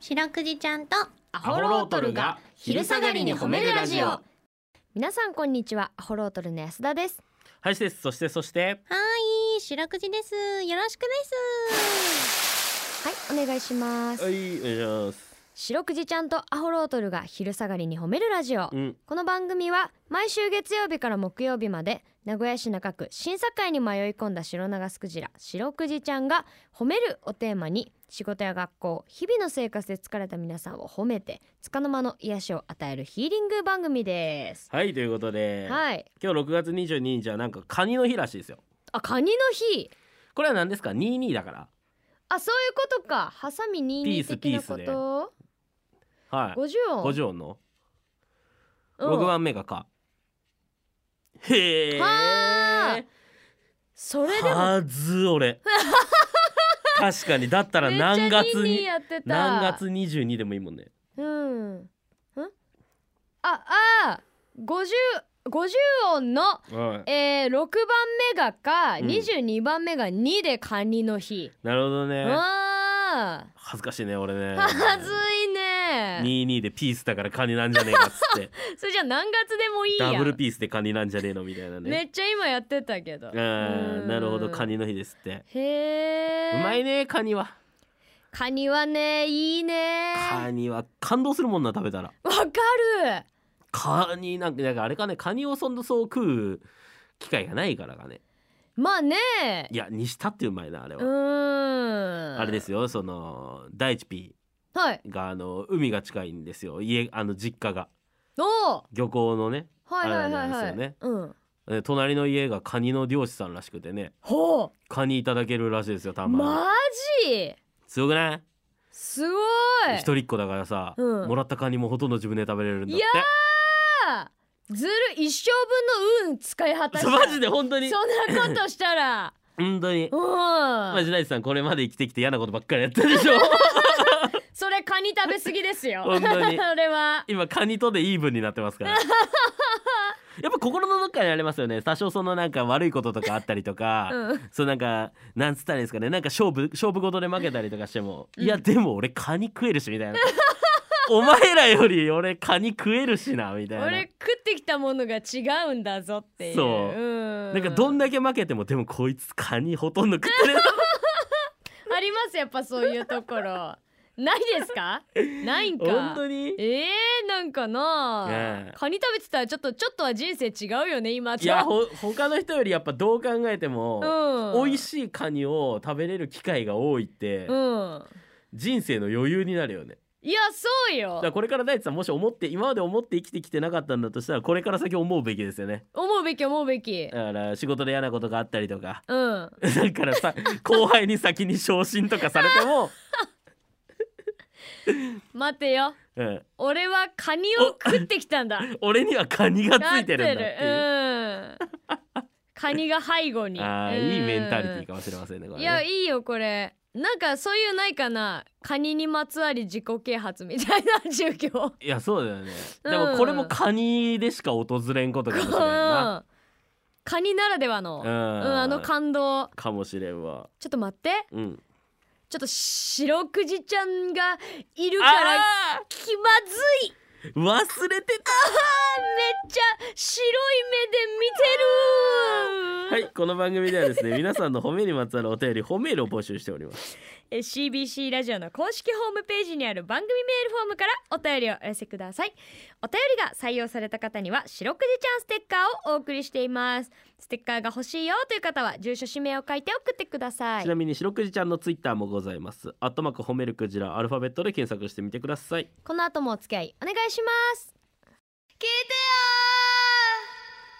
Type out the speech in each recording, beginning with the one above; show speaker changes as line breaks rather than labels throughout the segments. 白くじちゃんと
ア
ホロートルが昼下がりに褒めるラジオ
皆さんこんにちはアホロートルの安田です
林ですそしてそして
はい白くじですよろしくです
はいお願いします、
いお願いします
白くじちゃんとアホロートルが昼下がりに褒めるラジオ、
うん
この番組は毎週月曜日から木曜日まで名古屋市中区審査会に迷い込んだ白長スクジラ白くじちゃんが「褒める」をテーマに仕事や学校日々の生活で疲れた皆さんを褒めて束の間の癒しを与えるヒーリング番組です。
はいということで、
はい、
今日6月22日はなんかカニの日らしいですよ
あカニの日
これは何ですか22だから
あそういうことかハサミ
ピ
22
ース
的なこ
ピー
と
はい
50音
50音の
うん
6番目がかへえ
はあそれでも
はず 俺確かにだったら
めっちゃ
何月
ニンニン
に
やってた
何月22でもいいもんね
うんんああ50 50音の、
はい
えー、6番目がか、
うん
22番目が2でカニの日、
なるほどね
わあ
恥ずかしいね俺ね
はずいね
22でピースだからカニなんじゃねえかっつ って
それじゃあ何月でもいいやん
ダブルピースでカニなんじゃねえのみたいなね
めっちゃ今やってたけど
あーなるほどカ
ニ
ニの日ですって
へえ
うまいねカニは
カニはねいいね
カニは感動するもんな食べたら
わかる
カニなんかなんかあれかねカニをそんなそう食う機会がないからかね
まあね
いやにしたってうまいなあれ
う
は、
ーん
あれですよその第一 P
はい
があの海が近いんですよ家あの実家が
おー
漁港のね
はいはいはい
あ
は
れないんですよね
うん
え隣の家がカニの漁師さんらしくてね
ほ
カニいただけるらしいですよた
う
まに、
マジ
強くない
すごい
一人っ子だからさ、
うん
もらったカニもほとんど自分で食べれるんだっ
いやあーずる一生分の運使い果
て
たし
そう
た
マジで本当に
そんなことした ら
本当に
うん
マジナイスさんこれまで生きてきて嫌なことばっかりやったで しょ
それカニ食べ過ぎですよ
本当 に
それは
今カニとでイーブンになってますから やっぱ心のどっかにありますよね多少そのなんか悪いこととかあったりとか、
うん
そうなんかなんつったらいいんですかねなんか勝負勝負事で負けたりとかしても、
うん
いやでも俺カニ食えるしみたいなお前らより俺カニ食えるしなみたいな
俺食ってきたものが違うんだぞっていう
そう
うん
なんかどんだけ負けてもでもこいつカニほとんど食ってるな
ありますやっぱそういうところないですかないんか
本当に
えー、なんかなあ、
ねえ
カニ食べてたらちょっとちょっとは人生違うよね今と
いやほ他の人よりやっぱどう考えても、
うん
美味しいカニを食べれる機会が多いって、
うん
人生の余裕になるよね
いやそう
だ
よ
からこれから大地さんもし思って今まで思って生きてきてなかったんだとしたらこれから先思うべきですよね
思うべき思うべき
だから仕事で嫌なことがあったりとか
うん
だからさ後輩に先に昇進とかされても、
待てよ
うん、
俺はカニを食ってきたん だ
俺にはカニがついてるんだっ
な
ていう、
ってるうんカニが背後に
あーいいメンタリティー
か
かもしれませんねこ
い
れね
やいいよこれなんかそういうないかなカニにまつわり自己啓発みたいな授業
いやそうだよね、
うん
でもこれもカニでしか訪れんことかもしれんな、
うんカニならではの、
うん
あの感動
かもしれんわ
ちょっと待って
うん
ちょっと白くじちゃんがいるから
あ
気まずい
ー忘れて
めっちゃ白い目で見てる、
たはいこの番組ではですね 皆さんの褒めにまつわるお便り褒めるを募集しております
えー CBC ラジオの公式ホームページにある番組メールフォームからお便りをお寄せくださいお便りが採用された方には白くじちゃんステッカーをお送りしていますステッカーが欲しいよという方は住所氏名を書いて送ってください
ちなみに白くじちゃんのツイッターもございますアットマーク褒めるクジラアルファベットで検索してみてください
この後もお付き合いお願いします聞いてよ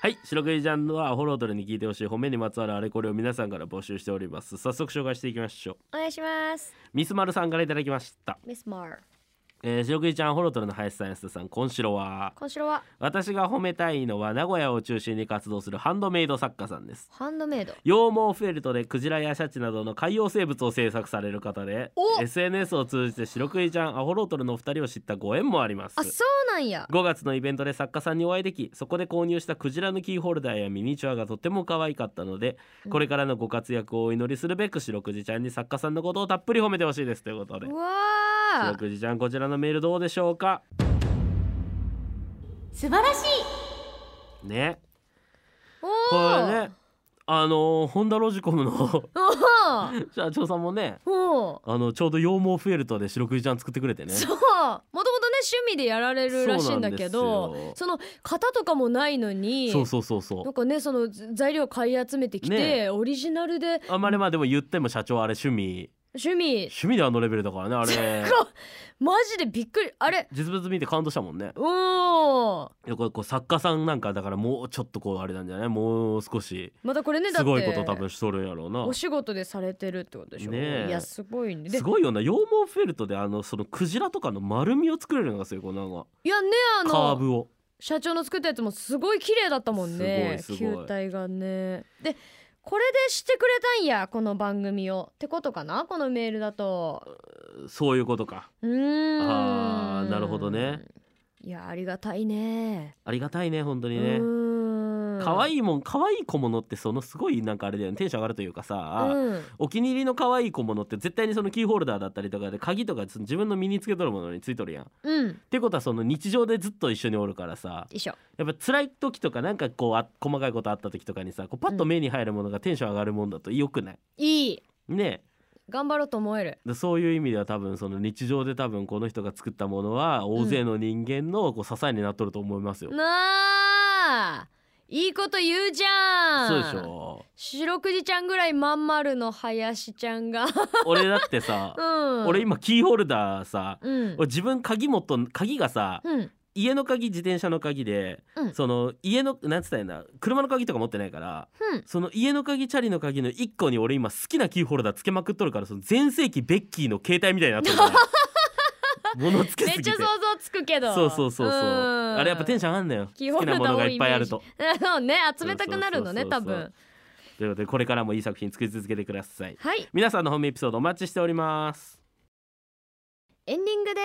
はい白くじちゃんのはアホロードルに聞いてほしい褒めにまつわるあれこれを皆さんから募集しております早速紹介していきましょう
ーお願いします
ミスマルさんからいただきました
ミスマー
えー、白くじちゃんホロトルの林さん安田さん今白は
今週は
私が褒めたいのは名古屋を中心に活動するハンドメイド作家さんです
ハンドメイド
羊毛フェルトでクジラやシャチなどの海洋生物を制作される方で SNS を通じて白クイちゃんアホロートルのお二人を知ったご縁もあります
あそうなんや
5月のイベントで作家さんにお会いできそこで購入したクジラのキーホルダーやミニチュアがとても可愛かったので
うん
これからのご活躍をお祈りするべく白くじちゃんに作家さんのことをたっぷり褒めてほしいですということで
うわ
白
ー
くじちゃんこちらのメールどうでしょうか
素晴らしい
ね
お
こ
ー
れねあのーホンダロジコムの
おー
社長さんもね
おー
あのちょうど羊毛フェルトで白くじちゃん作ってくれてね
そうもともとね趣味でやられるらしいんだけ
そうなんですよ
どその型とかもないのに
そうそうそうそう
なんかねその材料買い集めてきて、
ね
オリジナルで
あんまりまあでも言っても社長あれ趣味
趣味
趣味であのレベルだからね あれ
マジでびっくりあれ
実物見て感動したもんね
おー
いやこれこう作家さんなんかだからもうちょっとこうあれなんじゃないもう少し
またこれねだ
す
って
ごいこと多分しとるんやろうな
お仕事でされてるってことでしょ、
ねえ
いやすごいねです
ごいよな羊毛フェルトであのそのクジラとかの丸みを作れるのがすごいこうなんか
いやねあの
カーブを
社長の作ったやつもすごい綺麗だったもんね
すごいすごい
球体がねでこれでしてくれたんやこの番組をってことかなこのメールだと
そういうことか
うーん
あーなるほどね
いやありがたいね
ありがたいね本当にね
うーん
可
い
愛いもん可愛い小物ってそのすごいなんかあれだよねテンション上がるというかさ、
うん、
お気に入りの可愛い小物って絶対にそのキーホルダーだったりとかで鍵とかその自分の身につけとるものについとるやん。っ
うん、
てことはその日常でずっと一緒におるからさ
一緒
やっぱ辛い時とかなんかこうあ細かいことあった時とかにさこうパッと目に入るものがテンション上がるもんだとよくない
いい
ね
頑張ろうと思える
でそういう意味では多分その日常で多分この人が作ったものは大勢の人間のこう支えになっとると思いますよ。
なあいいこと言うじゃん
そうでしょ
白くじちゃんぐらいまん丸の林ちゃんが
俺だってさ
う、ん
俺今キーホルダーさ
うん
俺自分鍵持っとん鍵がさ、
うん
家の鍵自転車の鍵で、
うん
その家のなんつったらいいんだ車の鍵とか持ってないから、
うん
その家の鍵チャリの鍵の一個に俺今好きなキーホルダーつけまくっとるからその全盛期ベッキーの携帯みたいになって るから物つけ
め
す
っ
ぎ
ち
て
ゃ想像つくけど
そうそうそうそう
うん
あれやっぱテンション上がんだよ
キー
好
ホ
き
ル
な
ダー
ものがいっぱいあると
そうね集めたくなるのね
そうそ
多
うそうそう
分
ということでこれからもいい作品作り続けてください
はい
皆さんの本命エピソードお待ちしております、
エンディングで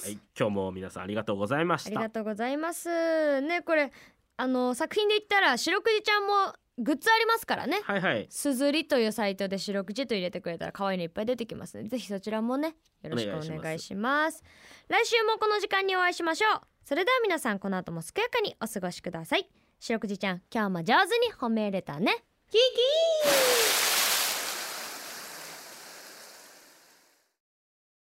す、
はい、今日も皆さんありがとうございま
あ
し
りが
た
とうございますねこれあの作品で言ったら白くじちゃんもグッズありますからね
はいはい
すずりというサイトで白くじと入れてくれたら可愛いのいっぱい出てきますのでぜひそちらもねよろしくお願いし
お
ます
願い
来週もこの時間にお会いしましょうそれでは皆さんこの後も健やかにお過ごしください白くじちゃん今日も上手に褒めれたねキーキー